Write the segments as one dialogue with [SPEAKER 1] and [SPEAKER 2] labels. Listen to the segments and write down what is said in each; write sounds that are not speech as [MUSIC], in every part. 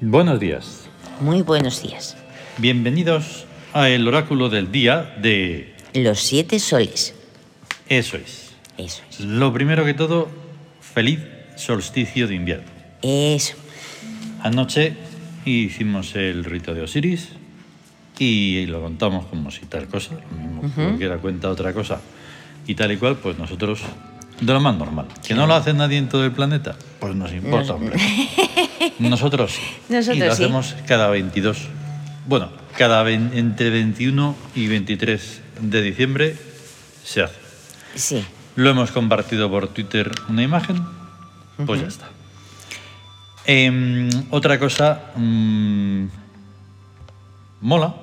[SPEAKER 1] Buenos días.
[SPEAKER 2] Muy buenos días.
[SPEAKER 1] Bienvenidos a el oráculo del día de...
[SPEAKER 2] Los siete soles.
[SPEAKER 1] Eso es.
[SPEAKER 2] Eso es.
[SPEAKER 1] Lo primero que todo, feliz solsticio de invierno.
[SPEAKER 2] Eso.
[SPEAKER 1] Anoche hicimos el rito de Osiris y lo contamos como si tal cosa, lo mismo que cualquiera cuenta otra cosa y tal y cual, pues nosotros de lo más normal. Que no lo hace nadie en todo el planeta, pues nos importa,
[SPEAKER 2] [LAUGHS]
[SPEAKER 1] hombre. Nosotros sí.
[SPEAKER 2] Nosotros
[SPEAKER 1] y lo
[SPEAKER 2] sí.
[SPEAKER 1] hacemos cada 22. Bueno, cada vein- entre 21 y 23 de diciembre se hace.
[SPEAKER 2] Sí.
[SPEAKER 1] Lo hemos compartido por Twitter una imagen, pues ya está. Em, otra cosa mm, mola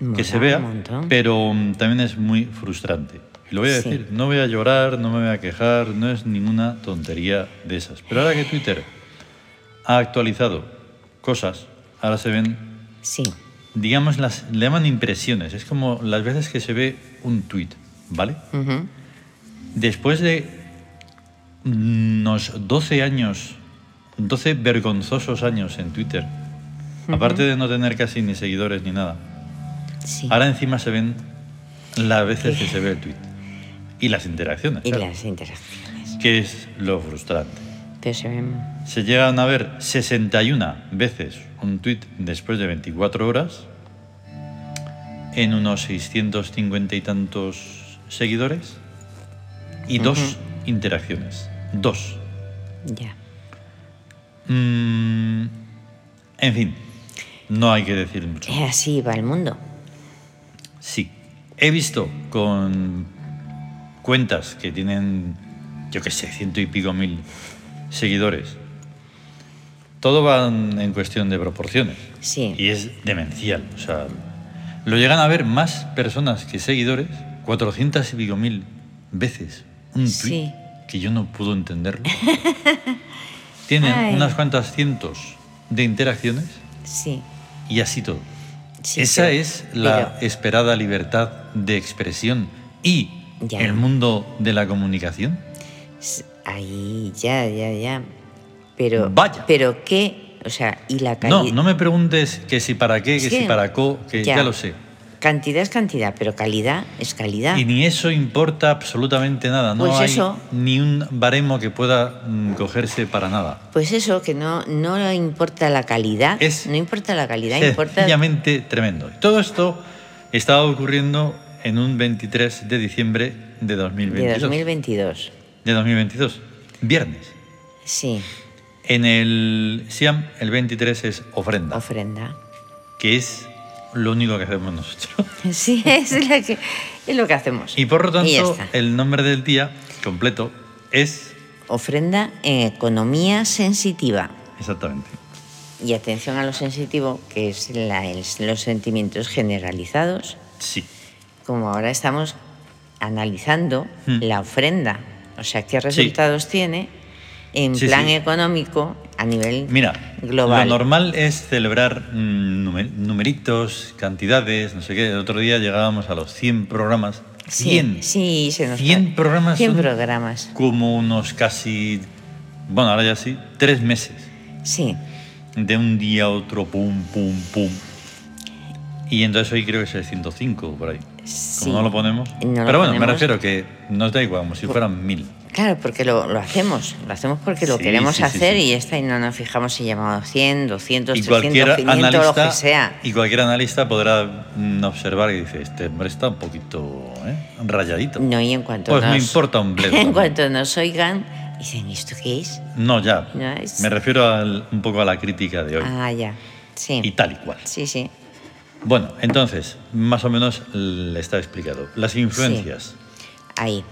[SPEAKER 1] que
[SPEAKER 2] Mola
[SPEAKER 1] se vea,
[SPEAKER 2] un montón.
[SPEAKER 1] pero mm, también es muy frustrante. Y lo voy a
[SPEAKER 2] Sí.
[SPEAKER 1] decir, no voy a llorar, no me voy a quejar, no es ninguna tontería de esas. Pero ahora que Twitter ha actualizado cosas, ahora se ven
[SPEAKER 2] Sí.
[SPEAKER 1] digamos, las, le llaman impresiones. Es como las veces que se ve un tuit, ¿vale?
[SPEAKER 2] Ujú.
[SPEAKER 1] Después de unos 12 años, 12 vergonzosos años en Twitter, aparte de no tener casi ni seguidores ni nada,
[SPEAKER 2] Sí.
[SPEAKER 1] ahora encima se ven las veces que se ve el tuit. Y las interacciones,
[SPEAKER 2] y
[SPEAKER 1] claro,
[SPEAKER 2] las interacciones.
[SPEAKER 1] que es lo frustrante.
[SPEAKER 2] Pero se ven.
[SPEAKER 1] Se llegan a ver 61 veces un tuit después de 24 horas en unos 650 y tantos seguidores y dos interacciones. Dos.
[SPEAKER 2] Ya.
[SPEAKER 1] Mm, en fin, no hay que decir mucho.
[SPEAKER 2] Eh, Así va el mundo.
[SPEAKER 1] Sí, he visto con cuentas que tienen, yo qué sé, ciento y pico mil seguidores. Todo va en cuestión de proporciones.
[SPEAKER 2] Sí.
[SPEAKER 1] Y es demencial. O sea, lo llegan a ver más personas que seguidores, 400 y pico mil veces. Un tweet
[SPEAKER 2] Sí.
[SPEAKER 1] que yo no puedo
[SPEAKER 2] [LAUGHS]
[SPEAKER 1] entenderlo. Tienen
[SPEAKER 2] Ay.
[SPEAKER 1] unas cuantas cientos de interacciones
[SPEAKER 2] Sí.
[SPEAKER 1] y así todo.
[SPEAKER 2] Sí,
[SPEAKER 1] Esa
[SPEAKER 2] pero-
[SPEAKER 1] es la esperada libertad de expresión y
[SPEAKER 2] Ya.
[SPEAKER 1] el mundo de la comunicación.
[SPEAKER 2] S- Ahí, ya, ya, ya. Pero.
[SPEAKER 1] Vaya.
[SPEAKER 2] Pero qué. O sea, y la
[SPEAKER 1] No,
[SPEAKER 2] calidad.
[SPEAKER 1] no me preguntes que si para qué, que
[SPEAKER 2] Sí.
[SPEAKER 1] si para co, que ya lo sé.
[SPEAKER 2] Cantidad es cantidad, pero calidad es calidad.
[SPEAKER 1] Y ni eso importa absolutamente nada. No
[SPEAKER 2] Pues
[SPEAKER 1] hay
[SPEAKER 2] eso.
[SPEAKER 1] ni un baremo que pueda mm, cogerse para nada.
[SPEAKER 2] Pues eso, que no, no le importa la calidad.
[SPEAKER 1] Es
[SPEAKER 2] no importa la calidad, importa.
[SPEAKER 1] Sencillamente tremendo. Y Todo esto estaba ocurriendo en un 23 de diciembre de 2022.
[SPEAKER 2] De 2022.
[SPEAKER 1] De 2022. Viernes.
[SPEAKER 2] Sí,
[SPEAKER 1] En el Siam, el 23 es ofrenda,
[SPEAKER 2] ofrenda.
[SPEAKER 1] que es lo único que hacemos nosotros.
[SPEAKER 2] [LAUGHS]
[SPEAKER 1] [LAUGHS]
[SPEAKER 2] Sí, es, la que- es lo que hacemos.
[SPEAKER 1] Y por lo
[SPEAKER 2] ya
[SPEAKER 1] tanto, eh,
[SPEAKER 2] está.
[SPEAKER 1] el nombre del día completo es
[SPEAKER 2] Ofrenda en economía sensitiva.
[SPEAKER 1] exactamente.
[SPEAKER 2] Y atención a lo sensitivo, que es la- es los sentimientos generalizados.
[SPEAKER 1] Sí.
[SPEAKER 2] Como ahora estamos analizando
[SPEAKER 1] Hmm.
[SPEAKER 2] la ofrenda. O sea, qué resultados tiene en
[SPEAKER 1] Sí,
[SPEAKER 2] plan
[SPEAKER 1] sí.
[SPEAKER 2] económico a nivel
[SPEAKER 1] Mira,
[SPEAKER 2] global.
[SPEAKER 1] lo normal es celebrar mm, numer- numeritos, cantidades, no sé qué. El otro día llegábamos a los 100 programas.
[SPEAKER 2] Sí,
[SPEAKER 1] 100.
[SPEAKER 2] sí, se nos
[SPEAKER 1] 100
[SPEAKER 2] va.
[SPEAKER 1] programas
[SPEAKER 2] 100
[SPEAKER 1] son
[SPEAKER 2] programas.
[SPEAKER 1] Como unos casi, bueno, ahora ya sí, tres meses.
[SPEAKER 2] Sí,
[SPEAKER 1] de un día a otro, pum, pum, pum. Y entonces hoy creo que es el 105 por ahí.
[SPEAKER 2] Sí.
[SPEAKER 1] Como no lo ponemos.
[SPEAKER 2] No lo
[SPEAKER 1] Pero bueno, me
[SPEAKER 2] ponemos.
[SPEAKER 1] refiero que nos da igual, como si fueran mil.
[SPEAKER 2] claro, porque lo, lo hacemos, lo hacemos porque lo
[SPEAKER 1] Sí,
[SPEAKER 2] queremos
[SPEAKER 1] sí, sí,
[SPEAKER 2] hacer
[SPEAKER 1] sí.
[SPEAKER 2] y ya está, y no nos fijamos si llamamos 100, 200,
[SPEAKER 1] Y
[SPEAKER 2] 300,
[SPEAKER 1] cualquier,
[SPEAKER 2] 500, lo que
[SPEAKER 1] analista,
[SPEAKER 2] sea.
[SPEAKER 1] y cualquier analista podrá mm, observar y dice, este hombre está un poquito ¿eh? rayadito.
[SPEAKER 2] No, y en cuanto
[SPEAKER 1] Pues
[SPEAKER 2] nos...
[SPEAKER 1] me importa un bledo
[SPEAKER 2] [LAUGHS] En
[SPEAKER 1] también.
[SPEAKER 2] cuanto nos oigan, dicen, ¿esto qué es?
[SPEAKER 1] No, ya.
[SPEAKER 2] No, es-
[SPEAKER 1] Me refiero al- un poco a la crítica de hoy.
[SPEAKER 2] Ah, ya, sí.
[SPEAKER 1] Pues Y tal y cual.
[SPEAKER 2] Sí, sí,
[SPEAKER 1] Bueno, entonces, más o menos le está explicado. Las influencias.
[SPEAKER 2] ahí.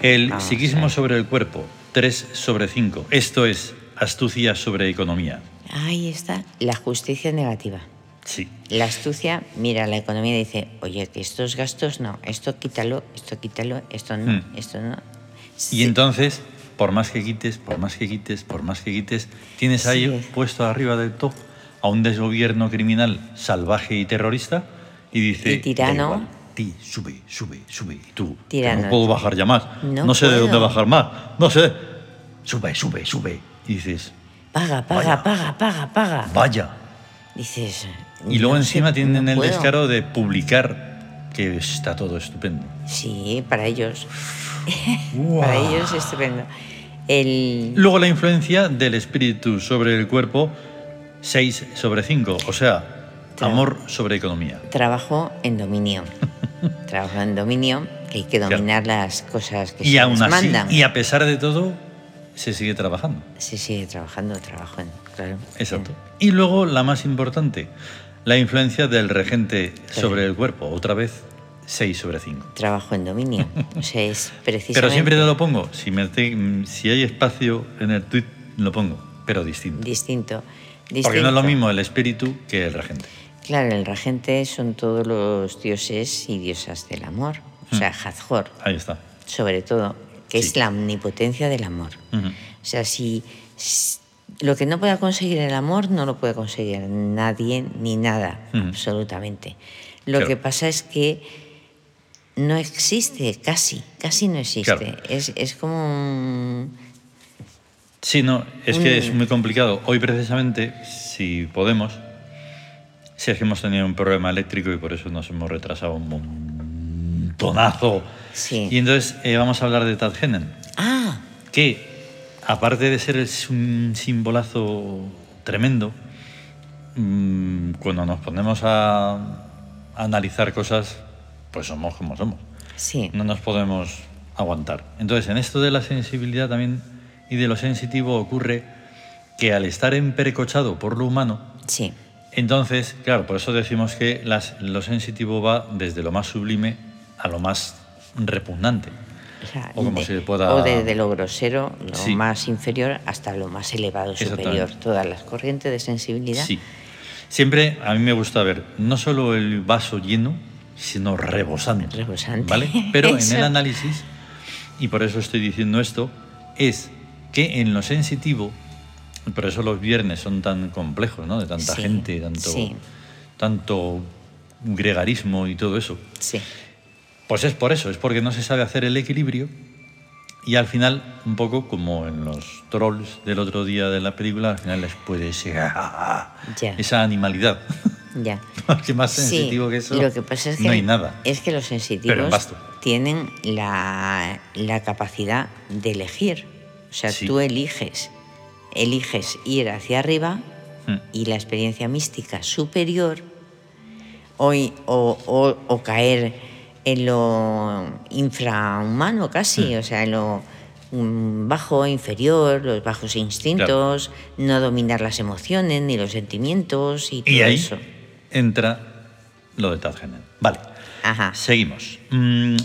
[SPEAKER 1] El
[SPEAKER 2] Vamos a
[SPEAKER 1] psiquismo
[SPEAKER 2] ver.
[SPEAKER 1] sobre el cuerpo, 3 sobre 5. Esto es astucia sobre economía.
[SPEAKER 2] Ahí está la justicia negativa.
[SPEAKER 1] Sí.
[SPEAKER 2] La astucia mira la economía y dice, oye, que estos gastos no, esto quítalo, esto quítalo, esto no,
[SPEAKER 1] Hmm.
[SPEAKER 2] esto no.
[SPEAKER 1] Y entonces, por más que quites, por más que quites, por más que quites, tienes ahí
[SPEAKER 2] Sí.
[SPEAKER 1] puesto arriba del top a un desgobierno criminal salvaje y terrorista y dice...
[SPEAKER 2] Y tirano.
[SPEAKER 1] "Da igual, Ti, sube, sube, sube. Y tú, que
[SPEAKER 2] Tirano.
[SPEAKER 1] no puedo bajar ya más.
[SPEAKER 2] No
[SPEAKER 1] No, sé de dónde
[SPEAKER 2] puedo.
[SPEAKER 1] bajar más. No sé. Sube, sube, sube. Y dices,
[SPEAKER 2] Paga, paga,
[SPEAKER 1] Vaya.
[SPEAKER 2] paga, paga, paga.
[SPEAKER 1] vaya,
[SPEAKER 2] Dices.
[SPEAKER 1] Y luego
[SPEAKER 2] no
[SPEAKER 1] encima
[SPEAKER 2] sé,
[SPEAKER 1] tienen
[SPEAKER 2] no
[SPEAKER 1] el
[SPEAKER 2] puedo.
[SPEAKER 1] descaro de publicar que está todo estupendo.
[SPEAKER 2] Sí, para ellos.
[SPEAKER 1] Guau.
[SPEAKER 2] Para ellos es estupendo. El...
[SPEAKER 1] Luego la influencia del espíritu sobre el cuerpo, 6 sobre 5, o sea,
[SPEAKER 2] Claro.
[SPEAKER 1] amor sobre economía.
[SPEAKER 2] Trabajo
[SPEAKER 1] [LAUGHS]
[SPEAKER 2] en dominio. Trabajo en dominio, que hay que
[SPEAKER 1] Claro.
[SPEAKER 2] dominar las cosas
[SPEAKER 1] Y
[SPEAKER 2] que Pues se
[SPEAKER 1] aún
[SPEAKER 2] nos
[SPEAKER 1] así,
[SPEAKER 2] mandan.
[SPEAKER 1] y a pesar de todo, se sigue trabajando.
[SPEAKER 2] Sí, sí, trabajando, trabajo en. Claro.
[SPEAKER 1] Exacto. Y luego la más importante, la influencia del regente sobre el cuerpo, otra vez 6 sobre 5.
[SPEAKER 2] Trabajo en dominio.
[SPEAKER 1] [LAUGHS]
[SPEAKER 2] O sea, es precisamente.
[SPEAKER 1] Pero siempre te lo pongo, si, me te- mm, si hay espacio en el tweet, lo pongo, pero distinto.
[SPEAKER 2] Distinto.
[SPEAKER 1] Porque no es lo
[SPEAKER 2] distinto.
[SPEAKER 1] mismo el espíritu que el regente.
[SPEAKER 2] Claro, el regente son todos los dioses y diosas del amor. O
[SPEAKER 1] Hmm.
[SPEAKER 2] sea, Hathor,
[SPEAKER 1] Ahí está.
[SPEAKER 2] sobre todo, que
[SPEAKER 1] Sí.
[SPEAKER 2] es la omnipotencia del amor.
[SPEAKER 1] Ujú.
[SPEAKER 2] O sea, si s- lo que no pueda conseguir el amor no lo puede conseguir nadie ni nada,
[SPEAKER 1] Ujú.
[SPEAKER 2] absolutamente. Lo
[SPEAKER 1] Claro.
[SPEAKER 2] que pasa es que no existe, casi, casi no existe.
[SPEAKER 1] Claro.
[SPEAKER 2] Es, es como un...
[SPEAKER 1] Sí, no, es que es
[SPEAKER 2] Mm.
[SPEAKER 1] muy complicado. Hoy precisamente, si podemos, si es que hemos tenido un problema eléctrico y por eso nos hemos retrasado un montonazo.
[SPEAKER 2] Sí.
[SPEAKER 1] Y entonces eh, vamos a hablar de Tad Hennen,
[SPEAKER 2] Ah,
[SPEAKER 1] que aparte de ser es un simbolazo tremendo, mm, cuando nos ponemos a, a analizar cosas, pues somos como somos
[SPEAKER 2] sí.
[SPEAKER 1] no nos podemos aguantar. Entonces, en esto de la sensibilidad también y de lo sensitivo ocurre que al estar empercochado por lo humano,
[SPEAKER 2] Sí,
[SPEAKER 1] entonces, claro, por eso decimos que las- lo sensitivo va desde lo más sublime a lo más repugnante.
[SPEAKER 2] O, sea,
[SPEAKER 1] O como
[SPEAKER 2] de-
[SPEAKER 1] se pueda-
[SPEAKER 2] o desde lo grosero, lo
[SPEAKER 1] Sí.
[SPEAKER 2] más inferior, hasta lo más elevado, superior.
[SPEAKER 1] Exactamente.
[SPEAKER 2] Todas las corrientes de sensibilidad.
[SPEAKER 1] Sí. Siempre a mí me gusta ver no solo el vaso lleno, sino rebosante.
[SPEAKER 2] Rebosante.
[SPEAKER 1] ¿Vale?
[SPEAKER 2] [LAUGHS]
[SPEAKER 1] Pero en
[SPEAKER 2] Eso.
[SPEAKER 1] el análisis, y por eso estoy diciendo esto, es que en lo sensitivo, por eso los viernes son tan complejos, ¿no? De tanta
[SPEAKER 2] Sí,
[SPEAKER 1] gente, tanto,
[SPEAKER 2] sí.
[SPEAKER 1] tanto gregarismo y todo eso.
[SPEAKER 2] Sí.
[SPEAKER 1] Pues es por eso, es porque no se sabe hacer el equilibrio y al final, un poco como en los trolls del otro día de la película, al final les puede ¡ah, ese- [LAUGHS]
[SPEAKER 2] Ya.
[SPEAKER 1] esa animalidad. [LAUGHS]
[SPEAKER 2] Ya.
[SPEAKER 1] Porque más
[SPEAKER 2] Sí,
[SPEAKER 1] sensitivo que eso
[SPEAKER 2] Lo que pasa es que
[SPEAKER 1] no hay nada.
[SPEAKER 2] Es que los
[SPEAKER 1] Pero en
[SPEAKER 2] sensitivos
[SPEAKER 1] pasto.
[SPEAKER 2] tienen la, la capacidad de elegir. O sea,
[SPEAKER 1] Sí.
[SPEAKER 2] tú eliges, eliges ir hacia arriba
[SPEAKER 1] Mm.
[SPEAKER 2] y la experiencia mística superior o, i- o- o- o caer en lo infrahumano casi,
[SPEAKER 1] Hmm.
[SPEAKER 2] o sea, en lo mm, bajo, inferior, los bajos instintos, no dominar las emociones ni los sentimientos y todo
[SPEAKER 1] Y ahí
[SPEAKER 2] eso.
[SPEAKER 1] entra lo de Tad Hennen. Vale,
[SPEAKER 2] Ajá.
[SPEAKER 1] seguimos. Mm,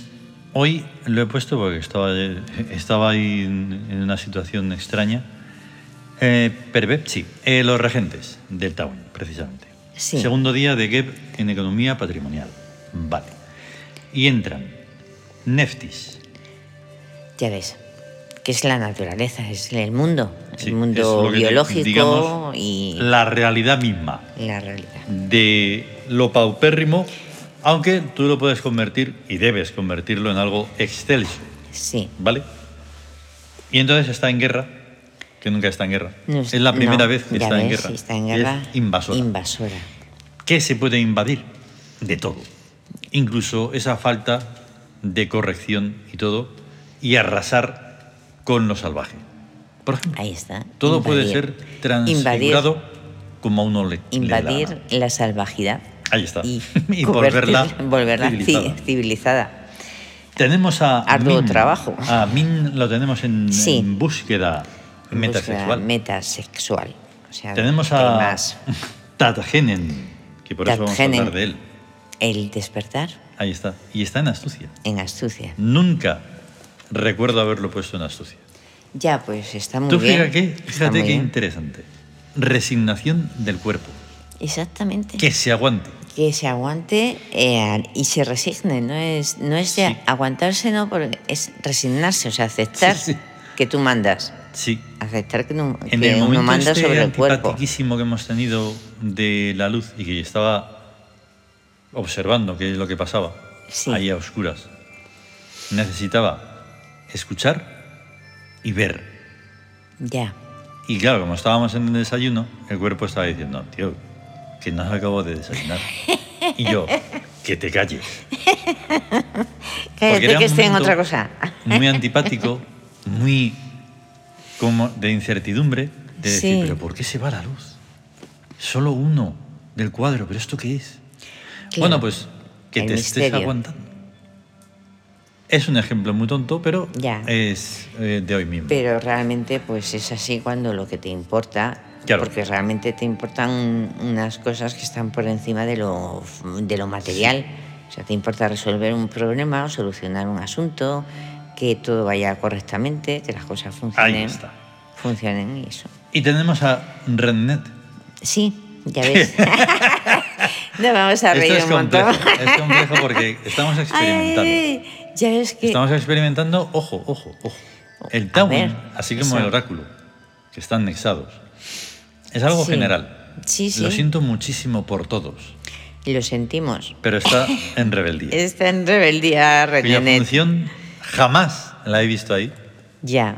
[SPEAKER 1] hoy lo he puesto porque estaba, estaba ahí en, en una situación extraña. Eh, Perbepsi, eh, los regentes del Tawin, precisamente.
[SPEAKER 2] Sí.
[SPEAKER 1] Segundo día de GEP en economía patrimonial. Vale. Y entran Neftis,
[SPEAKER 2] Ya ves, que es la naturaleza, es el mundo,
[SPEAKER 1] Sí, es
[SPEAKER 2] el
[SPEAKER 1] lo
[SPEAKER 2] mundo
[SPEAKER 1] que te-
[SPEAKER 2] biológico
[SPEAKER 1] digamos,
[SPEAKER 2] y la...
[SPEAKER 1] la realidad misma.
[SPEAKER 2] realidad.
[SPEAKER 1] de lo paupérrimo, aunque tú lo puedes convertir y debes convertirlo en algo excelso,
[SPEAKER 2] Sí,
[SPEAKER 1] ¿vale? Y entonces está en guerra, que nunca está en guerra.
[SPEAKER 2] No
[SPEAKER 1] es la primera
[SPEAKER 2] no,
[SPEAKER 1] vez que
[SPEAKER 2] ya
[SPEAKER 1] está en,
[SPEAKER 2] ves,
[SPEAKER 1] guerra,
[SPEAKER 2] está en
[SPEAKER 1] y
[SPEAKER 2] guerra.
[SPEAKER 1] Es invasora.
[SPEAKER 2] Invasora.
[SPEAKER 1] ¿Qué se puede invadir? De todo. Incluso esa falta de corrección y todo, y arrasar con lo salvaje. Por ejemplo,
[SPEAKER 2] Ahí está.
[SPEAKER 1] todo puede ser
[SPEAKER 2] invadir.
[SPEAKER 1] transfigurado como a uno le le dé la
[SPEAKER 2] Invadir,
[SPEAKER 1] gana.
[SPEAKER 2] invadir la salvajidad.
[SPEAKER 1] Ahí está.
[SPEAKER 2] Y,
[SPEAKER 1] [LAUGHS] Y
[SPEAKER 2] convertir-
[SPEAKER 1] volverla
[SPEAKER 2] [LAUGHS] volverla ci-
[SPEAKER 1] civilizada.
[SPEAKER 2] civilizada.
[SPEAKER 1] Tenemos a.
[SPEAKER 2] Arduo trabajo.
[SPEAKER 1] A Min lo tenemos en,
[SPEAKER 2] Sí.
[SPEAKER 1] en búsqueda metasexual.
[SPEAKER 2] Búsqueda Metasexual. O sea,
[SPEAKER 1] Tenemos a. [LAUGHS]
[SPEAKER 2] temas.
[SPEAKER 1] Tatgenen, que por eso vamos a
[SPEAKER 2] Tatgenen.
[SPEAKER 1] hablar de él.
[SPEAKER 2] El despertar
[SPEAKER 1] Ahí está. Y está en astucia.
[SPEAKER 2] en astucia.
[SPEAKER 1] Nunca recuerdo haberlo puesto en astucia.
[SPEAKER 2] Ya, pues está muy
[SPEAKER 1] Tú
[SPEAKER 2] bien.
[SPEAKER 1] fíjate,
[SPEAKER 2] está muy
[SPEAKER 1] fíjate qué
[SPEAKER 2] bien.
[SPEAKER 1] interesante. Resignación del cuerpo.
[SPEAKER 2] Exactamente.
[SPEAKER 1] Que se aguante.
[SPEAKER 2] que se aguante eh, y se resigne. No es, no es de
[SPEAKER 1] Sí.
[SPEAKER 2] aguantarse, no, porque es resignarse, o sea, aceptar
[SPEAKER 1] Sí, sí.
[SPEAKER 2] que tú mandas.
[SPEAKER 1] Sí.
[SPEAKER 2] Aceptar que, no-
[SPEAKER 1] En
[SPEAKER 2] que
[SPEAKER 1] el
[SPEAKER 2] uno
[SPEAKER 1] momento
[SPEAKER 2] manda
[SPEAKER 1] este
[SPEAKER 2] sobre el cuerpo.
[SPEAKER 1] antipatiquísimo que hemos tenido de la luz y que estaba observando qué es lo que pasaba
[SPEAKER 2] Sí.
[SPEAKER 1] ahí a oscuras, necesitaba escuchar y ver.
[SPEAKER 2] Ya,
[SPEAKER 1] Y claro, como estábamos en el desayuno, el cuerpo estaba diciendo, tío, que nos acabo de desayunar. Y yo, que te calles. Porque
[SPEAKER 2] Cállate
[SPEAKER 1] era
[SPEAKER 2] Eh, que
[SPEAKER 1] un
[SPEAKER 2] estoy en
[SPEAKER 1] momento
[SPEAKER 2] otra cosa.
[SPEAKER 1] Muy antipático, muy como de incertidumbre, de decir,
[SPEAKER 2] Sí.
[SPEAKER 1] pero ¿por qué se va la luz? Solo uno del cuadro, pero ¿esto qué es?
[SPEAKER 2] Claro.
[SPEAKER 1] Bueno, pues que
[SPEAKER 2] El
[SPEAKER 1] te estés
[SPEAKER 2] misterio.
[SPEAKER 1] aguantando. Es un ejemplo muy tonto, pero
[SPEAKER 2] Ya.
[SPEAKER 1] es eh, de hoy mismo.
[SPEAKER 2] Pero realmente pues es así cuando lo que te importa,
[SPEAKER 1] Claro.
[SPEAKER 2] porque realmente te importan un- unas cosas que están por encima de lo, f- de lo material. O sea, te importa resolver un problema o solucionar un asunto, que todo vaya correctamente, que las cosas funcionen.
[SPEAKER 1] está.
[SPEAKER 2] Funcionen y eso.
[SPEAKER 1] Y tenemos a Rennet.
[SPEAKER 2] Sí,
[SPEAKER 1] [LAUGHS]
[SPEAKER 2] ya ves. [LAUGHS] Nos vamos a reír
[SPEAKER 1] Esto es
[SPEAKER 2] un
[SPEAKER 1] complejo,
[SPEAKER 2] montón.
[SPEAKER 1] es complejo
[SPEAKER 2] [LAUGHS]
[SPEAKER 1] porque estamos
[SPEAKER 2] Ay,
[SPEAKER 1] experimentando.
[SPEAKER 2] ay, ay, ya ves que...
[SPEAKER 1] Estamos experimentando, ojo, ojo, ojo. El
[SPEAKER 2] A ver,
[SPEAKER 1] Tawin, así como
[SPEAKER 2] eso.
[SPEAKER 1] el oráculo, que están nexados. Es algo
[SPEAKER 2] Sí.
[SPEAKER 1] general.
[SPEAKER 2] Sí, sí.
[SPEAKER 1] Lo siento muchísimo por todos,
[SPEAKER 2] Lo sentimos.
[SPEAKER 1] pero
[SPEAKER 2] [LAUGHS]
[SPEAKER 1] está en rebeldía.
[SPEAKER 2] Está en rebeldía,
[SPEAKER 1] Cuya
[SPEAKER 2] René.
[SPEAKER 1] función jamás la he visto ahí
[SPEAKER 2] Ya.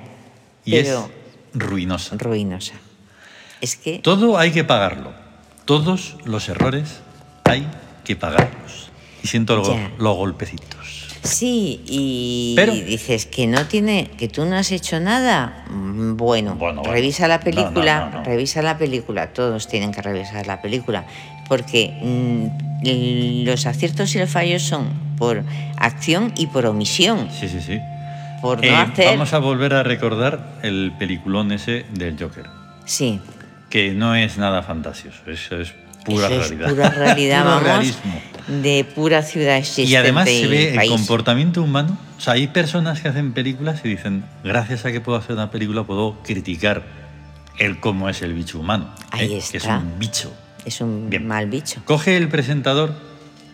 [SPEAKER 1] y
[SPEAKER 2] pero
[SPEAKER 1] es ruinosa.
[SPEAKER 2] ruinosa. Es que
[SPEAKER 1] Todo hay que pagarlo. Todos los errores hay que pagarlos. Y siento los,
[SPEAKER 2] Ya.
[SPEAKER 1] los golpecitos.
[SPEAKER 2] sí, y
[SPEAKER 1] Pero-
[SPEAKER 2] dices que no tiene, que tú no has hecho nada. Mm, Bueno,
[SPEAKER 1] Bueno, bueno.
[SPEAKER 2] revisa la
[SPEAKER 1] No,
[SPEAKER 2] película,
[SPEAKER 1] no, no, no.
[SPEAKER 2] revisa la película, todos tienen que revisar la película, porque mm, el- los aciertos y los fallos son por acción y por omisión,
[SPEAKER 1] Sí, sí, sí.
[SPEAKER 2] por no
[SPEAKER 1] Eh,
[SPEAKER 2] hacer.
[SPEAKER 1] Vamos a volver a recordar el peliculón ese del Joker.
[SPEAKER 2] Sí,
[SPEAKER 1] que no es nada fantasioso, eso es pura
[SPEAKER 2] eso
[SPEAKER 1] realidad.
[SPEAKER 2] es pura realidad,
[SPEAKER 1] [LAUGHS] Puro
[SPEAKER 2] vamos,
[SPEAKER 1] realismo.
[SPEAKER 2] de pura ciudad existente
[SPEAKER 1] Y además se
[SPEAKER 2] y
[SPEAKER 1] ve el
[SPEAKER 2] país.
[SPEAKER 1] comportamiento humano. O sea, hay personas que hacen películas y dicen, gracias a que puedo hacer una película puedo criticar el cómo es el bicho humano.
[SPEAKER 2] Ahí
[SPEAKER 1] ¿eh? Que es
[SPEAKER 2] está.
[SPEAKER 1] un bicho.
[SPEAKER 2] Es un
[SPEAKER 1] Bien.
[SPEAKER 2] mal bicho.
[SPEAKER 1] Coge el presentador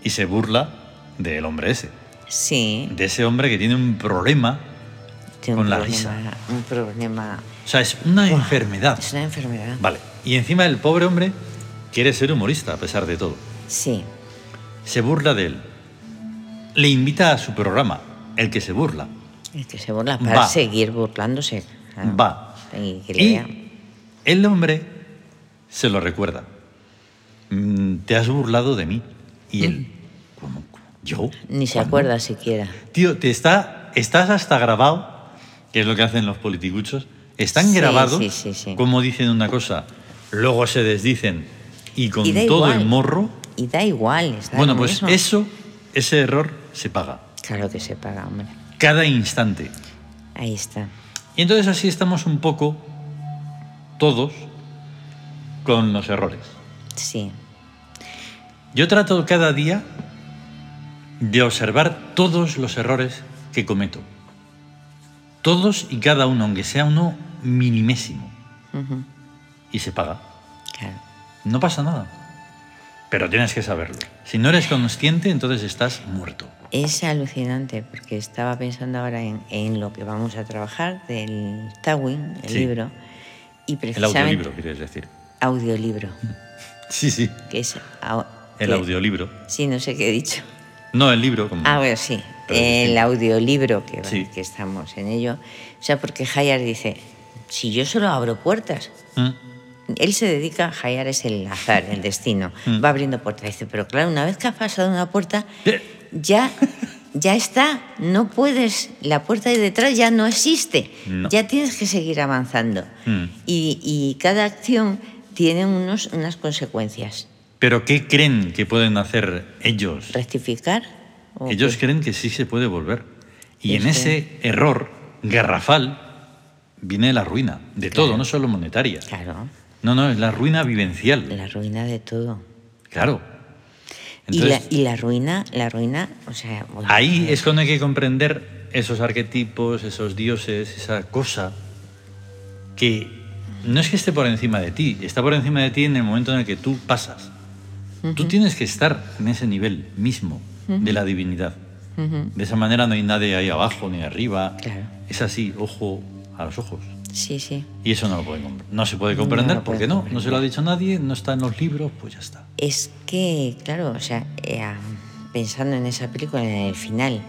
[SPEAKER 1] y se burla del hombre ese.
[SPEAKER 2] Sí.
[SPEAKER 1] De ese hombre que tiene un problema.
[SPEAKER 2] Tiene
[SPEAKER 1] Con
[SPEAKER 2] un
[SPEAKER 1] la
[SPEAKER 2] problema, Un problema.
[SPEAKER 1] O sea, es una enfermedad.
[SPEAKER 2] Es una enfermedad.
[SPEAKER 1] Vale. Y encima el pobre hombre quiere ser humorista a pesar de todo.
[SPEAKER 2] Sí,
[SPEAKER 1] se burla de él. Le invita a su programa, el que se burla.
[SPEAKER 2] es que se burla para
[SPEAKER 1] Va.
[SPEAKER 2] seguir burlándose. claro.
[SPEAKER 1] Va.
[SPEAKER 2] Y que le
[SPEAKER 1] Y
[SPEAKER 2] vean.
[SPEAKER 1] el hombre se lo recuerda. Mm, Te has burlado de mí. Y él, ¿cómo? ¿Yo?
[SPEAKER 2] Ni se
[SPEAKER 1] ¿Cuándo?
[SPEAKER 2] acuerda siquiera.
[SPEAKER 1] Tío, te está, estás hasta grabado, que es lo que hacen los politicuchos. Están
[SPEAKER 2] Sí,
[SPEAKER 1] grabados
[SPEAKER 2] sí, sí, sí.
[SPEAKER 1] como dicen una cosa, luego se desdicen y con
[SPEAKER 2] Y da
[SPEAKER 1] todo
[SPEAKER 2] igual.
[SPEAKER 1] el morro.
[SPEAKER 2] Y da igual. está
[SPEAKER 1] Bueno,
[SPEAKER 2] lo
[SPEAKER 1] pues
[SPEAKER 2] mismo.
[SPEAKER 1] eso, ese error se paga.
[SPEAKER 2] Claro que se paga, hombre.
[SPEAKER 1] Cada instante.
[SPEAKER 2] Ahí está.
[SPEAKER 1] Y entonces así estamos un poco todos con los errores.
[SPEAKER 2] Sí.
[SPEAKER 1] Yo trato cada día de observar todos los errores que cometo. Todos y cada uno, aunque sea uno minimésimo.
[SPEAKER 2] Ujú.
[SPEAKER 1] Y se paga.
[SPEAKER 2] Claro.
[SPEAKER 1] No pasa nada. Pero tienes que saberlo. Si no eres consciente, entonces estás muerto.
[SPEAKER 2] Es alucinante porque estaba pensando ahora en, en lo que vamos a trabajar del Tawin, el
[SPEAKER 1] Sí.
[SPEAKER 2] libro, y
[SPEAKER 1] El
[SPEAKER 2] precisamente
[SPEAKER 1] audiolibro, quieres decir.
[SPEAKER 2] audiolibro,
[SPEAKER 1] Sí, sí.
[SPEAKER 2] que es au-
[SPEAKER 1] El
[SPEAKER 2] que-
[SPEAKER 1] audiolibro.
[SPEAKER 2] Sí, no sé qué he dicho.
[SPEAKER 1] No, el libro. Como...
[SPEAKER 2] Ah, bueno, sí,
[SPEAKER 1] Pero es
[SPEAKER 2] el
[SPEAKER 1] distinto.
[SPEAKER 2] audiolibro que, va-
[SPEAKER 1] Sí.
[SPEAKER 2] que estamos en ello. O sea, porque Hayar dice, si yo solo abro puertas,
[SPEAKER 1] Mm.
[SPEAKER 2] él se dedica, Hayar es el azar, el destino,
[SPEAKER 1] [LAUGHS] Mm.
[SPEAKER 2] va abriendo puertas. Dice, pero claro, una vez que has pasado una puerta,
[SPEAKER 1] Eh. [LAUGHS]
[SPEAKER 2] ya, ya está, no puedes, la puerta de detrás ya no existe,
[SPEAKER 1] No.
[SPEAKER 2] ya tienes que seguir avanzando.
[SPEAKER 1] Mm.
[SPEAKER 2] Y, y cada acción tiene unos, unas consecuencias.
[SPEAKER 1] ¿Pero qué creen que pueden hacer ellos?
[SPEAKER 2] ¿Rectificar? o
[SPEAKER 1] Ellos
[SPEAKER 2] qué?
[SPEAKER 1] creen que sí se puede volver. Y
[SPEAKER 2] Sí,
[SPEAKER 1] en
[SPEAKER 2] sí.
[SPEAKER 1] ese error garrafal viene la ruina de todo, no solo monetaria.
[SPEAKER 2] Claro,
[SPEAKER 1] No, no, es la ruina vivencial.
[SPEAKER 2] la ruina de todo.
[SPEAKER 1] Claro.
[SPEAKER 2] Y la,
[SPEAKER 1] Entonces,
[SPEAKER 2] y la ruina, la ruina, o sea, bueno, eh,
[SPEAKER 1] ahí es cuando hay que comprender esos arquetipos, esos dioses, esa cosa que no es que esté por encima de ti, está por encima de ti en el momento en el que tú pasas. Tú tienes que estar en ese nivel mismo de la divinidad.
[SPEAKER 2] Ujú.
[SPEAKER 1] De esa manera no hay nadie ahí abajo ni arriba.
[SPEAKER 2] Claro.
[SPEAKER 1] Es así, ojo a los ojos.
[SPEAKER 2] Sí, sí.
[SPEAKER 1] Y eso no lo pueden compre- No se puede
[SPEAKER 2] No
[SPEAKER 1] comprender
[SPEAKER 2] lo
[SPEAKER 1] porque
[SPEAKER 2] pueden
[SPEAKER 1] no, no
[SPEAKER 2] comprender.
[SPEAKER 1] se lo ha dicho nadie, no está en los libros, pues ya está.
[SPEAKER 2] Es que, claro, o sea, eh, ah, pensando en esa película, en el final,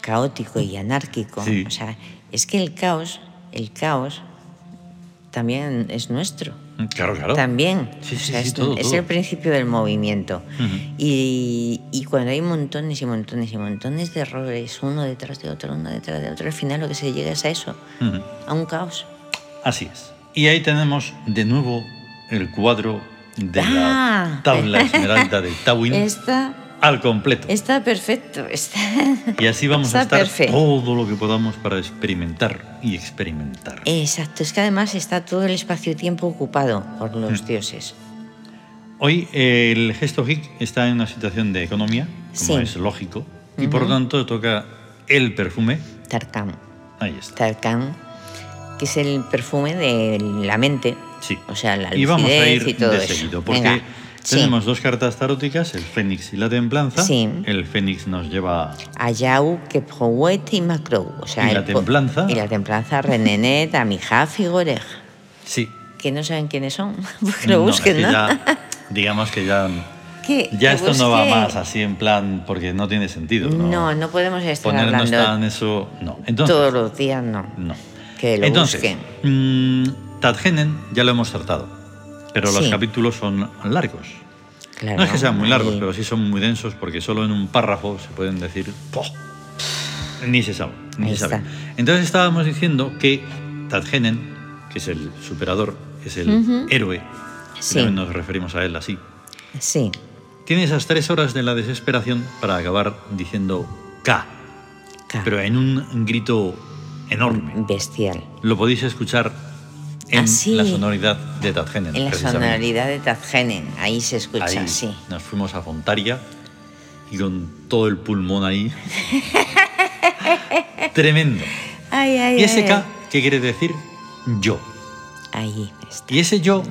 [SPEAKER 2] caótico y anárquico,
[SPEAKER 1] Sí.
[SPEAKER 2] o sea, es que el caos, el caos también es nuestro.
[SPEAKER 1] Mm, Claro, claro.
[SPEAKER 2] También.
[SPEAKER 1] Sí,
[SPEAKER 2] O
[SPEAKER 1] sí,
[SPEAKER 2] sea,
[SPEAKER 1] sí,
[SPEAKER 2] es,
[SPEAKER 1] todo,
[SPEAKER 2] es
[SPEAKER 1] todo.
[SPEAKER 2] el principio del movimiento.
[SPEAKER 1] Ujú.
[SPEAKER 2] y, y cuando hay montones y montones y montones de errores, uno detrás de otro, uno detrás de otro, al final lo que se llega es a eso,
[SPEAKER 1] Ujú.
[SPEAKER 2] a un caos.
[SPEAKER 1] Así es. Y ahí tenemos de nuevo el cuadro de
[SPEAKER 2] Ah.
[SPEAKER 1] la tabla esmeralda de Tawin
[SPEAKER 2] Está,
[SPEAKER 1] al completo.
[SPEAKER 2] está perfecto. Está... [LAUGHS]
[SPEAKER 1] Y así vamos
[SPEAKER 2] está
[SPEAKER 1] a estar
[SPEAKER 2] perfecto.
[SPEAKER 1] todo lo que podamos para experimentar y experimentar.
[SPEAKER 2] Eh. Exacto, es que además está todo el espacio-tiempo ocupado por
[SPEAKER 1] Mm.
[SPEAKER 2] los dioses.
[SPEAKER 1] Hoy eh, el gesto hic está en una situación de economía, como
[SPEAKER 2] Sí.
[SPEAKER 1] es lógico, y por lo tanto toca el perfume.
[SPEAKER 2] Tarkan.
[SPEAKER 1] Ahí está.
[SPEAKER 2] Tarkan, que es el perfume de la mente.
[SPEAKER 1] Sí.
[SPEAKER 2] O sea, la lucidez
[SPEAKER 1] y vamos a ir
[SPEAKER 2] y todo
[SPEAKER 1] de
[SPEAKER 2] eso.
[SPEAKER 1] seguido, porque
[SPEAKER 2] Venga, sí.
[SPEAKER 1] tenemos dos cartas taróticas, el Fénix y la Templanza.
[SPEAKER 2] Sí.
[SPEAKER 1] El Fénix nos lleva
[SPEAKER 2] a Yau, Kephowet y Macrou. O sea,
[SPEAKER 1] Y la
[SPEAKER 2] el po-
[SPEAKER 1] templanza.
[SPEAKER 2] Y la templanza
[SPEAKER 1] [LAUGHS]
[SPEAKER 2] a Renenet, a Mijaf y Gorej.
[SPEAKER 1] Sí.
[SPEAKER 2] Que no saben quiénes son, [LAUGHS] porque lo
[SPEAKER 1] No, es
[SPEAKER 2] busquen,
[SPEAKER 1] que
[SPEAKER 2] ¿no?
[SPEAKER 1] ya- digamos que ya,
[SPEAKER 2] [LAUGHS] Que-
[SPEAKER 1] ya
[SPEAKER 2] que
[SPEAKER 1] esto no va
[SPEAKER 2] busquen.
[SPEAKER 1] más así en plan, porque no tiene sentido. No,
[SPEAKER 2] No, no podemos estar
[SPEAKER 1] ponernos
[SPEAKER 2] hablando
[SPEAKER 1] tan eso. No. Entonces,
[SPEAKER 2] todos los días, no.
[SPEAKER 1] no.
[SPEAKER 2] Que lo
[SPEAKER 1] Entonces,
[SPEAKER 2] busquen.
[SPEAKER 1] mm, Tadgenen ya lo hemos tratado, pero los
[SPEAKER 2] Sí.
[SPEAKER 1] capítulos son largos.
[SPEAKER 2] Claro,
[SPEAKER 1] No es que sean muy largos,
[SPEAKER 2] ahí-
[SPEAKER 1] pero sí son muy densos porque solo en un párrafo se pueden decir. ¡poh! Ni se sabe. ni
[SPEAKER 2] Ahí
[SPEAKER 1] se sabe.
[SPEAKER 2] está.
[SPEAKER 1] Entonces estábamos diciendo que Tadgenen, que es el superador, es el héroe, que
[SPEAKER 2] Sí.
[SPEAKER 1] también nos referimos a él así,
[SPEAKER 2] Sí,
[SPEAKER 1] tiene esas tres horas de la desesperación para acabar diciendo K,
[SPEAKER 2] claro,
[SPEAKER 1] pero en un grito enorme.
[SPEAKER 2] bestial.
[SPEAKER 1] Lo podéis escuchar en
[SPEAKER 2] Ah, sí.
[SPEAKER 1] la sonoridad de Tadgenen.
[SPEAKER 2] En la
[SPEAKER 1] precisamente.
[SPEAKER 2] sonoridad de Tadgenen, ahí se escucha,
[SPEAKER 1] Ahí
[SPEAKER 2] sí.
[SPEAKER 1] nos fuimos a Fontaria y con todo el pulmón
[SPEAKER 2] [LAUGHS]
[SPEAKER 1] ahí. Tremendo.
[SPEAKER 2] Ay, ay,
[SPEAKER 1] ¿Y ese
[SPEAKER 2] ay,
[SPEAKER 1] K qué quiere decir? Yo.
[SPEAKER 2] Ahí está.
[SPEAKER 1] Y ese yo,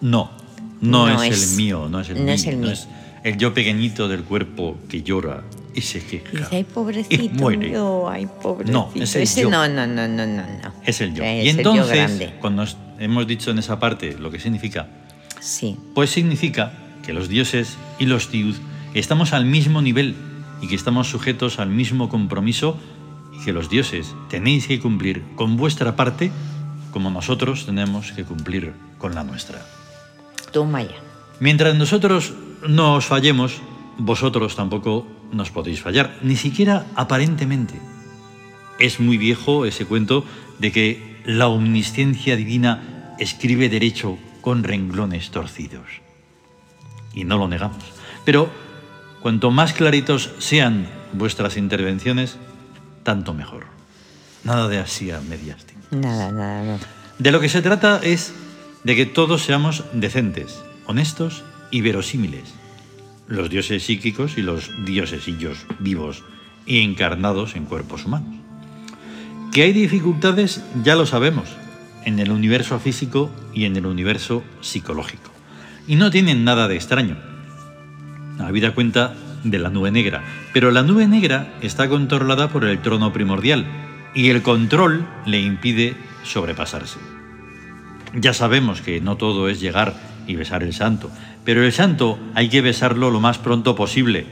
[SPEAKER 1] no. No,
[SPEAKER 2] No
[SPEAKER 1] es,
[SPEAKER 2] es-
[SPEAKER 1] el mío, no es el
[SPEAKER 2] no
[SPEAKER 1] mío.
[SPEAKER 2] es el mío.
[SPEAKER 1] el yo pequeñito del cuerpo que llora y se queja.
[SPEAKER 2] Y dice, ay,
[SPEAKER 1] y
[SPEAKER 2] pobrecito
[SPEAKER 1] muere.
[SPEAKER 2] yo, ay, pobrecito.
[SPEAKER 1] es el
[SPEAKER 2] Ese
[SPEAKER 1] yo.
[SPEAKER 2] No, no, no, no, no, no.
[SPEAKER 1] Es el yo.
[SPEAKER 2] Es
[SPEAKER 1] y
[SPEAKER 2] el yo
[SPEAKER 1] entonces,
[SPEAKER 2] grande.
[SPEAKER 1] cuando nos- hemos dicho en esa parte lo que significa,
[SPEAKER 2] Sí,
[SPEAKER 1] Pues significa que los dioses y los diud estamos al mismo nivel y que estamos sujetos al mismo compromiso y que los dioses tenéis que cumplir con vuestra parte como nosotros tenemos que cumplir con la nuestra.
[SPEAKER 2] toma ya.
[SPEAKER 1] Mientras nosotros no os fallemos, vosotros tampoco nos podéis fallar, ni siquiera aparentemente. Es muy viejo ese cuento de que la omnisciencia divina escribe derecho con renglones torcidos. Y no lo negamos. Pero cuanto más claritos sean vuestras intervenciones, tanto mejor. Nada de así a medias tintas.
[SPEAKER 2] Nada, nada, no.
[SPEAKER 1] De lo que se trata es de que todos seamos decentes, honestos y verosímiles. Los dioses psíquicos y los diosesillos vivos y encarnados en cuerpos humanos. Que hay dificultades ya lo sabemos, en el universo físico y en el universo psicológico. Y no tienen nada de extraño. Habida cuenta de la nube negra. Pero la nube negra está controlada por el trono primordial y el control le impide sobrepasarse. Ya sabemos que no todo es llegar y besar el santo, pero el santo hay que besarlo lo más pronto posible.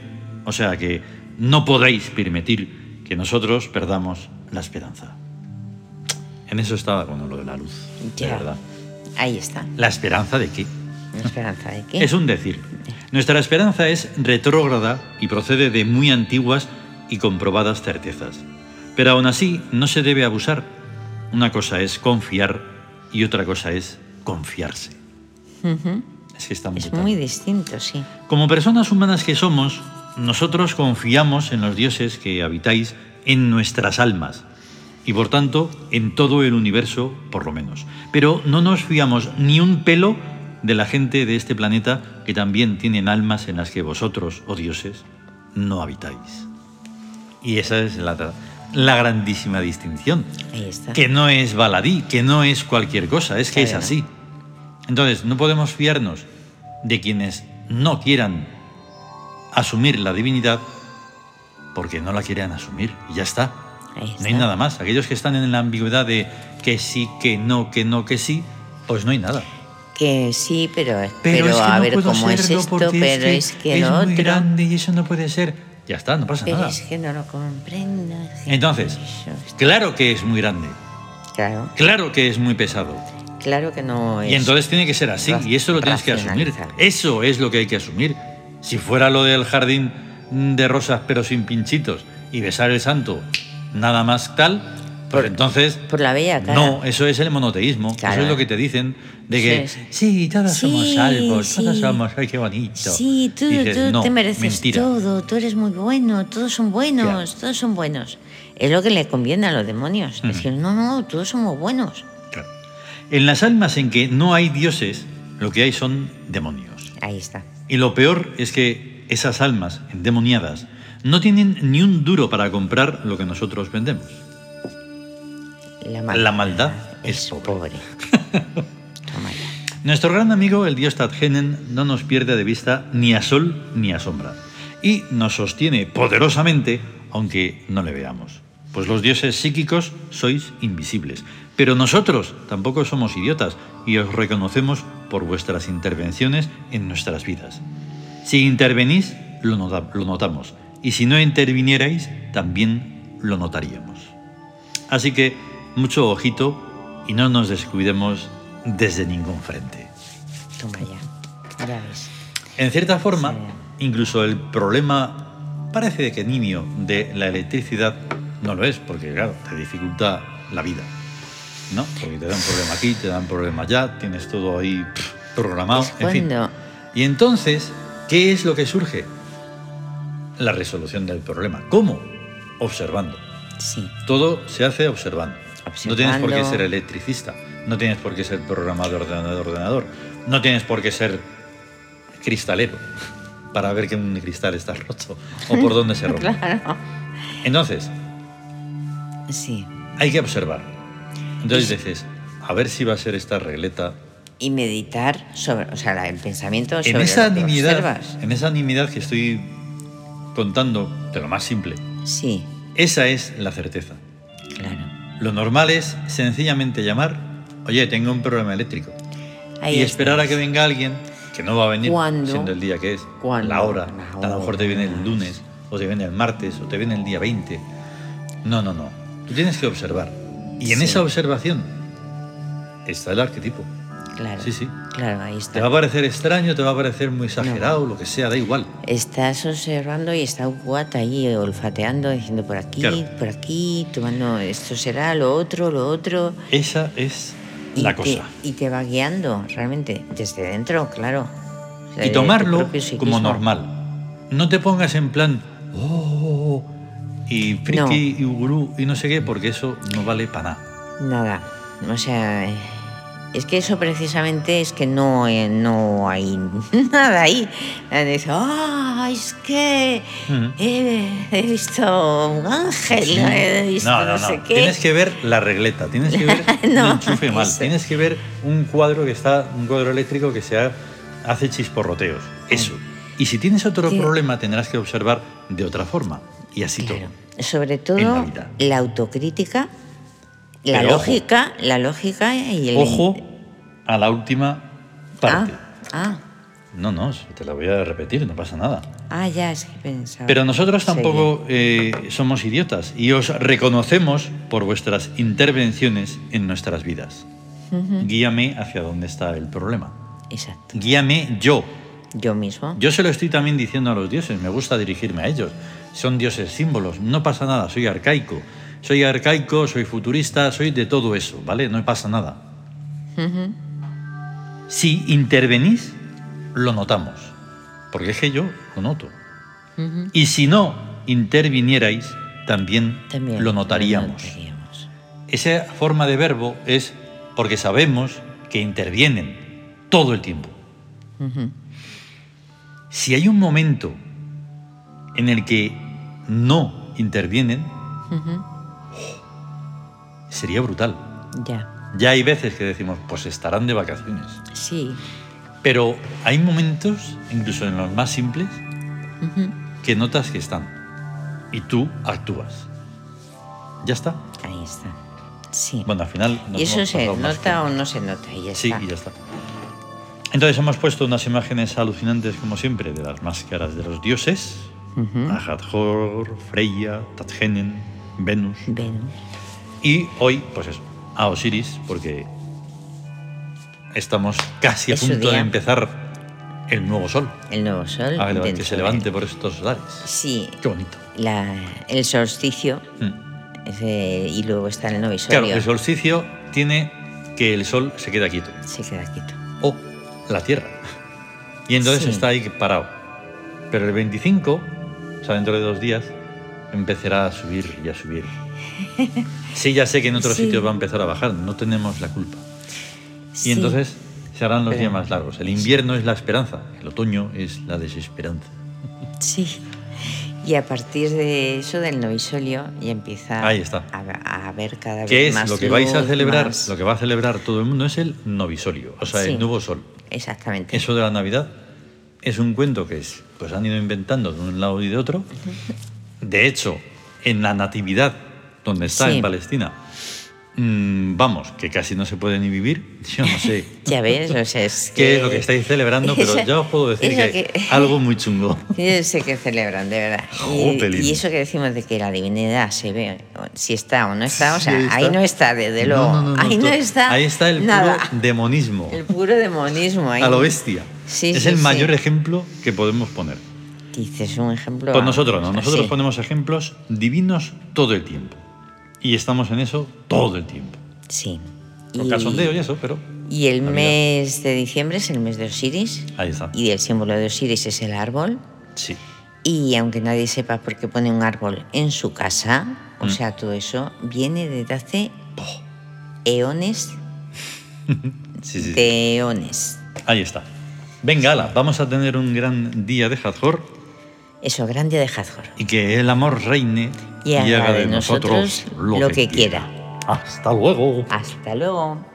[SPEAKER 1] O sea que no podéis permitir que nosotros perdamos la esperanza. En eso estaba bueno lo de la luz, de
[SPEAKER 2] Ya.
[SPEAKER 1] verdad.
[SPEAKER 2] Ahí está.
[SPEAKER 1] ¿La esperanza de qué?
[SPEAKER 2] La esperanza de qué.
[SPEAKER 1] Es un decir. Nuestra esperanza es retrógrada y procede de muy antiguas y comprobadas certezas. Pero aún así no se debe abusar. Una cosa es confiar y otra cosa es confiarse.
[SPEAKER 2] Ujú.
[SPEAKER 1] Es que está
[SPEAKER 2] Es
[SPEAKER 1] brutal.
[SPEAKER 2] muy distinto, sí.
[SPEAKER 1] Como personas humanas que somos, nosotros confiamos en los dioses que habitáis en nuestras almas y por tanto en todo el universo por lo menos. Pero no nos fiamos ni un pelo de la gente de este planeta que también tienen almas en las que vosotros, oh dioses, no habitáis. Y esa es la, tra- la grandísima distinción,
[SPEAKER 2] Ahí está.
[SPEAKER 1] que no es baladí, que no es cualquier cosa, es que es
[SPEAKER 2] Claro.
[SPEAKER 1] así. Entonces, no podemos fiarnos de quienes no quieran asumir la divinidad porque no la quieran asumir y ya está.
[SPEAKER 2] Ahí
[SPEAKER 1] No
[SPEAKER 2] está.
[SPEAKER 1] hay nada más. Aquellos que están en la ambigüedad de que sí, que no, que no, que sí, pues no hay nada.
[SPEAKER 2] Que sí, pero, pero,
[SPEAKER 1] Pero, es que
[SPEAKER 2] a
[SPEAKER 1] no
[SPEAKER 2] ver
[SPEAKER 1] puedo
[SPEAKER 2] cómo es
[SPEAKER 1] serlo
[SPEAKER 2] esto,
[SPEAKER 1] porque
[SPEAKER 2] pero es que lo
[SPEAKER 1] muy
[SPEAKER 2] otro.
[SPEAKER 1] grande y eso no puede ser. Ya está, no pasa
[SPEAKER 2] Pero
[SPEAKER 1] nada.
[SPEAKER 2] es que no lo comprendo. es que
[SPEAKER 1] Entonces,
[SPEAKER 2] eso es-
[SPEAKER 1] claro que es muy grande,
[SPEAKER 2] Claro,
[SPEAKER 1] claro que es muy pesado,
[SPEAKER 2] claro que no es.
[SPEAKER 1] Y entonces tiene que ser así, y eso lo tienes que asumir.
[SPEAKER 2] racionalizar.
[SPEAKER 1] Eso es lo que hay que asumir. Si fuera lo del jardín mm, de rosas pero sin pinchitos y besar el santo, nada más tal, pues
[SPEAKER 2] Por-
[SPEAKER 1] entonces...
[SPEAKER 2] Por la bella cara.
[SPEAKER 1] No, eso es el monoteísmo.
[SPEAKER 2] Claro.
[SPEAKER 1] Eso es lo que te dicen de que
[SPEAKER 2] Sí,
[SPEAKER 1] sí, todos somos
[SPEAKER 2] Sí,
[SPEAKER 1] salvos, todos
[SPEAKER 2] sí.
[SPEAKER 1] somos, ay qué bonito.
[SPEAKER 2] Sí, tú,
[SPEAKER 1] Y dices,
[SPEAKER 2] tú
[SPEAKER 1] "No,
[SPEAKER 2] te mereces
[SPEAKER 1] mentira".
[SPEAKER 2] todo, tú eres muy bueno, todos son buenos,
[SPEAKER 1] Claro.
[SPEAKER 2] todos son buenos. Es lo que le conviene a los demonios.
[SPEAKER 1] Ujú.
[SPEAKER 2] Decir, no, no, todos somos buenos.
[SPEAKER 1] Claro. En las almas en que no hay dioses, lo que hay son demonios.
[SPEAKER 2] Ahí está.
[SPEAKER 1] Y lo peor es que esas almas endemoniadas no tienen ni un duro para comprar lo que nosotros vendemos.
[SPEAKER 2] La,
[SPEAKER 1] La maldad es
[SPEAKER 2] es
[SPEAKER 1] [LAUGHS]
[SPEAKER 2] pobre. Toma ya.
[SPEAKER 1] Nuestro gran amigo, el dios Tadgenen, no nos pierde de vista ni a sol ni a sombra. Y nos sostiene poderosamente, aunque no le veamos. Pues los dioses psíquicos sois invisibles. Pero nosotros tampoco somos idiotas y os reconocemos por vuestras intervenciones en nuestras vidas. Si intervenís, lo, nota- lo notamos. Y si no intervinierais, también lo notaríamos. Así que mucho ojito y no nos descuidemos desde ningún frente.
[SPEAKER 2] Toma ya. Ya ves.
[SPEAKER 1] En cierta forma, incluso el problema parece que niño de la electricidad no lo es, porque claro, te dificulta la vida. ¿No? Porque te dan problema aquí, te dan problema allá, tienes todo ahí pff, programado.
[SPEAKER 2] Es
[SPEAKER 1] en fin.
[SPEAKER 2] cuando-
[SPEAKER 1] Y entonces, ¿qué es lo que surge? La resolución del problema. ¿Cómo? Observando.
[SPEAKER 2] Sí.
[SPEAKER 1] Todo se hace observando. No tienes por qué
[SPEAKER 2] Observando.
[SPEAKER 1] ser electricista, no tienes por qué ser programador de ordenador, ordenador, no tienes por qué ser cristalero [LAUGHS] para ver que un cristal está roto o por dónde
[SPEAKER 2] [LAUGHS]
[SPEAKER 1] se rompe.
[SPEAKER 2] Claro.
[SPEAKER 1] Entonces,
[SPEAKER 2] Sí.
[SPEAKER 1] hay que observar. Entonces dices, a ver si va a ser esta regleta.
[SPEAKER 2] Y meditar sobre, o sea, la- el pensamiento sobre
[SPEAKER 1] En esa,
[SPEAKER 2] lo que
[SPEAKER 1] nimiedad,
[SPEAKER 2] observas.
[SPEAKER 1] en esa nimiedad que estoy contando, de lo más simple,
[SPEAKER 2] Sí,
[SPEAKER 1] esa es la certeza.
[SPEAKER 2] claro.
[SPEAKER 1] Lo normal es sencillamente llamar, oye, tengo un problema eléctrico.
[SPEAKER 2] Ahí
[SPEAKER 1] y esperar a que
[SPEAKER 2] estás.
[SPEAKER 1] venga alguien que no va a venir
[SPEAKER 2] ¿Cuándo?
[SPEAKER 1] siendo el día que es,
[SPEAKER 2] ¿Cuándo?
[SPEAKER 1] la hora.
[SPEAKER 2] La
[SPEAKER 1] A lo mejor te viene el lunes, o te viene el martes, o te viene el día 20. No, no, no. Tú tienes que observar. Y en
[SPEAKER 2] Sí.
[SPEAKER 1] esa observación está el arquetipo.
[SPEAKER 2] Claro.
[SPEAKER 1] Sí, sí.
[SPEAKER 2] Claro, ahí
[SPEAKER 1] Te va a
[SPEAKER 2] está.
[SPEAKER 1] parecer extraño, te va a parecer muy exagerado, lo que sea, da igual.
[SPEAKER 2] Estás observando y está Guata ahí olfateando, diciendo por aquí,
[SPEAKER 1] Claro.
[SPEAKER 2] por aquí, tomando esto será, lo otro, lo otro.
[SPEAKER 1] Esa es
[SPEAKER 2] Y
[SPEAKER 1] la
[SPEAKER 2] te-
[SPEAKER 1] cosa.
[SPEAKER 2] y te va guiando, realmente, desde dentro, claro. O sea, de
[SPEAKER 1] y
[SPEAKER 2] Eh, tu
[SPEAKER 1] tomarlo como
[SPEAKER 2] propio psiquismo.
[SPEAKER 1] normal. No te pongas en plan, oh, y friki y gurú y no sé qué, porque eso no vale para nada.
[SPEAKER 2] Nada, o sea, eh, es que eso precisamente es que no, eh, no hay [LAUGHS] nada ahí. Eh, Dice, ah, es que
[SPEAKER 1] Ujú.
[SPEAKER 2] he, he visto un ángel, he visto no, sé qué.
[SPEAKER 1] Tienes que ver la regleta, tienes que
[SPEAKER 2] [LAUGHS]
[SPEAKER 1] ver
[SPEAKER 2] No,
[SPEAKER 1] un enchufe mal,
[SPEAKER 2] eso.
[SPEAKER 1] tienes que ver un cuadro que está, un cuadro eléctrico que se ha- hace chisporroteos. Eso. Y si tienes otro
[SPEAKER 2] Sí.
[SPEAKER 1] problema, tendrás que observar de otra forma. Y así
[SPEAKER 2] Claro.
[SPEAKER 1] todo.
[SPEAKER 2] Sobre
[SPEAKER 1] en la
[SPEAKER 2] todo
[SPEAKER 1] vida.
[SPEAKER 2] la autocrítica, la
[SPEAKER 1] Pero ojo.
[SPEAKER 2] lógica, la lógica y el
[SPEAKER 1] Ojo a la última
[SPEAKER 2] Ah,
[SPEAKER 1] parte.
[SPEAKER 2] ah,
[SPEAKER 1] No, no, te la voy a repetir, no pasa nada.
[SPEAKER 2] ah, ya es que pensaba.
[SPEAKER 1] Pero nosotros
[SPEAKER 2] Seguía.
[SPEAKER 1] tampoco eh, somos idiotas y os reconocemos por vuestras intervenciones en nuestras vidas.
[SPEAKER 2] Ujú,
[SPEAKER 1] Guíame hacia dónde está el problema.
[SPEAKER 2] Exacto.
[SPEAKER 1] Guíame yo.
[SPEAKER 2] Yo mismo.
[SPEAKER 1] Yo se lo estoy también diciendo a los dioses, me gusta dirigirme a ellos. Son dioses símbolos, no pasa nada, soy arcaico. Soy arcaico, soy futurista, soy de todo eso, ¿vale? No pasa nada.
[SPEAKER 2] Ujú,
[SPEAKER 1] Si intervenís, lo notamos, porque es que yo lo noto.
[SPEAKER 2] ujú.
[SPEAKER 1] Y si no intervinierais, también,
[SPEAKER 2] También
[SPEAKER 1] lo notaríamos.
[SPEAKER 2] lo notaríamos.
[SPEAKER 1] Esa forma de verbo es porque sabemos que intervienen todo el tiempo.
[SPEAKER 2] Ujú.
[SPEAKER 1] Si hay un momento en el que no intervienen,
[SPEAKER 2] Ujú,
[SPEAKER 1] sería brutal.
[SPEAKER 2] Ya,
[SPEAKER 1] Ya hay veces que decimos, pues estarán de vacaciones.
[SPEAKER 2] sí.
[SPEAKER 1] Pero hay momentos, incluso en los más simples,
[SPEAKER 2] Ujú.
[SPEAKER 1] que notas que están. Y tú actúas. Ya está.
[SPEAKER 2] Ahí está. Sí.
[SPEAKER 1] Bueno, al final... nos
[SPEAKER 2] ¿Y eso
[SPEAKER 1] hemos
[SPEAKER 2] se
[SPEAKER 1] pasado más tiempo.
[SPEAKER 2] nota o no se nota? Y ya
[SPEAKER 1] Sí,
[SPEAKER 2] está.
[SPEAKER 1] y ya está. Entonces hemos puesto unas imágenes alucinantes, como siempre, de las máscaras de los dioses.
[SPEAKER 2] Ujú.
[SPEAKER 1] Ajathor, Freya, Tatgenen, Venus.
[SPEAKER 2] Venus.
[SPEAKER 1] Y hoy, pues eso, a Osiris, porque estamos casi a
[SPEAKER 2] Es su
[SPEAKER 1] punto de
[SPEAKER 2] día. Mm,
[SPEAKER 1] empezar el nuevo sol.
[SPEAKER 2] El nuevo sol.
[SPEAKER 1] A ver, Ah, que
[SPEAKER 2] dentro
[SPEAKER 1] se
[SPEAKER 2] de-
[SPEAKER 1] levante por estos lares.
[SPEAKER 2] Sí,
[SPEAKER 1] Qué bonito.
[SPEAKER 2] la- el solsticio
[SPEAKER 1] Mm.
[SPEAKER 2] ese- y luego está el novisorio.
[SPEAKER 1] Claro, el solsticio tiene que el sol se queda quieto.
[SPEAKER 2] Se queda quieto.
[SPEAKER 1] o la Tierra. Y entonces
[SPEAKER 2] Sí.
[SPEAKER 1] está ahí parado. Pero el 25, o sea, dentro de dos días, empezará a subir y a
[SPEAKER 2] [LAUGHS]
[SPEAKER 1] subir. Sí, ya sé que en otros
[SPEAKER 2] Sí.
[SPEAKER 1] sitios va a empezar a bajar, no tenemos la culpa. Y
[SPEAKER 2] Sí,
[SPEAKER 1] entonces se harán los
[SPEAKER 2] Pero-
[SPEAKER 1] días más largos. El invierno es la esperanza, el otoño es la desesperanza.
[SPEAKER 2] Sí. Y a partir de eso del novisolio ya empieza
[SPEAKER 1] Ahí está.
[SPEAKER 2] A, a ver cada
[SPEAKER 1] Que
[SPEAKER 2] vez
[SPEAKER 1] es
[SPEAKER 2] más
[SPEAKER 1] lo que vais a
[SPEAKER 2] luz,
[SPEAKER 1] celebrar,
[SPEAKER 2] más-
[SPEAKER 1] lo que va a celebrar todo el mundo es el novisolio, o sea,
[SPEAKER 2] Sí.
[SPEAKER 1] el nuevo sol.
[SPEAKER 2] Exactamente.
[SPEAKER 1] Eso de la Navidad es un cuento que es, pues han ido inventando de un lado y de otro. De hecho, en la Natividad, donde está
[SPEAKER 2] Sí.
[SPEAKER 1] en Palestina, mm, vamos, que casi no se puede ni vivir. Yo no
[SPEAKER 2] [LAUGHS]
[SPEAKER 1] sé
[SPEAKER 2] Ya ves, o sea, es que...
[SPEAKER 1] qué es lo que estáis celebrando, pero
[SPEAKER 2] [LAUGHS] Esa-
[SPEAKER 1] ya os puedo decir
[SPEAKER 2] eso
[SPEAKER 1] que, algo muy
[SPEAKER 2] [LAUGHS]
[SPEAKER 1] chungo.
[SPEAKER 2] Yo sé que celebran, de
[SPEAKER 1] [LAUGHS]
[SPEAKER 2] verdad. Y,
[SPEAKER 1] Jopelín.
[SPEAKER 2] y eso que decimos de que la divinidad se ve, o- si está o no está, o
[SPEAKER 1] Sí,
[SPEAKER 2] sea,
[SPEAKER 1] ahí está.
[SPEAKER 2] ahí no está, desde
[SPEAKER 1] No,
[SPEAKER 2] luego.
[SPEAKER 1] no, no, no,
[SPEAKER 2] ahí no
[SPEAKER 1] to-
[SPEAKER 2] está.
[SPEAKER 1] Ahí está el
[SPEAKER 2] nada.
[SPEAKER 1] puro demonismo,
[SPEAKER 2] El puro demonismo. Ahí.
[SPEAKER 1] a lo bestia.
[SPEAKER 2] Sí,
[SPEAKER 1] es
[SPEAKER 2] sí,
[SPEAKER 1] el
[SPEAKER 2] sí.
[SPEAKER 1] mayor ejemplo que podemos poner.
[SPEAKER 2] Dices un ejemplo.
[SPEAKER 1] Pues nosotros no, nosotros
[SPEAKER 2] Sí.
[SPEAKER 1] ponemos ejemplos divinos todo el tiempo. Y estamos en eso todo el tiempo.
[SPEAKER 2] Sí.
[SPEAKER 1] Con casondeo y eso, pero
[SPEAKER 2] y el
[SPEAKER 1] Navidad.
[SPEAKER 2] mes de diciembre es el mes de Osiris.
[SPEAKER 1] ahí está.
[SPEAKER 2] Y el símbolo de Osiris es el árbol.
[SPEAKER 1] Sí.
[SPEAKER 2] Y aunque nadie sepa por qué pone un árbol en su casa, o
[SPEAKER 1] Mm. Oh.
[SPEAKER 2] sea, todo eso viene desde hace eones
[SPEAKER 1] Sí, sí, sí.
[SPEAKER 2] de eones.
[SPEAKER 1] Ahí está. Venga, ala, vamos a tener un gran día de Hathor
[SPEAKER 2] Eso, gran día de Hathor.
[SPEAKER 1] y que el amor reine
[SPEAKER 2] Y haga de nosotros lo que quiera.
[SPEAKER 1] Hasta luego.
[SPEAKER 2] Hasta luego.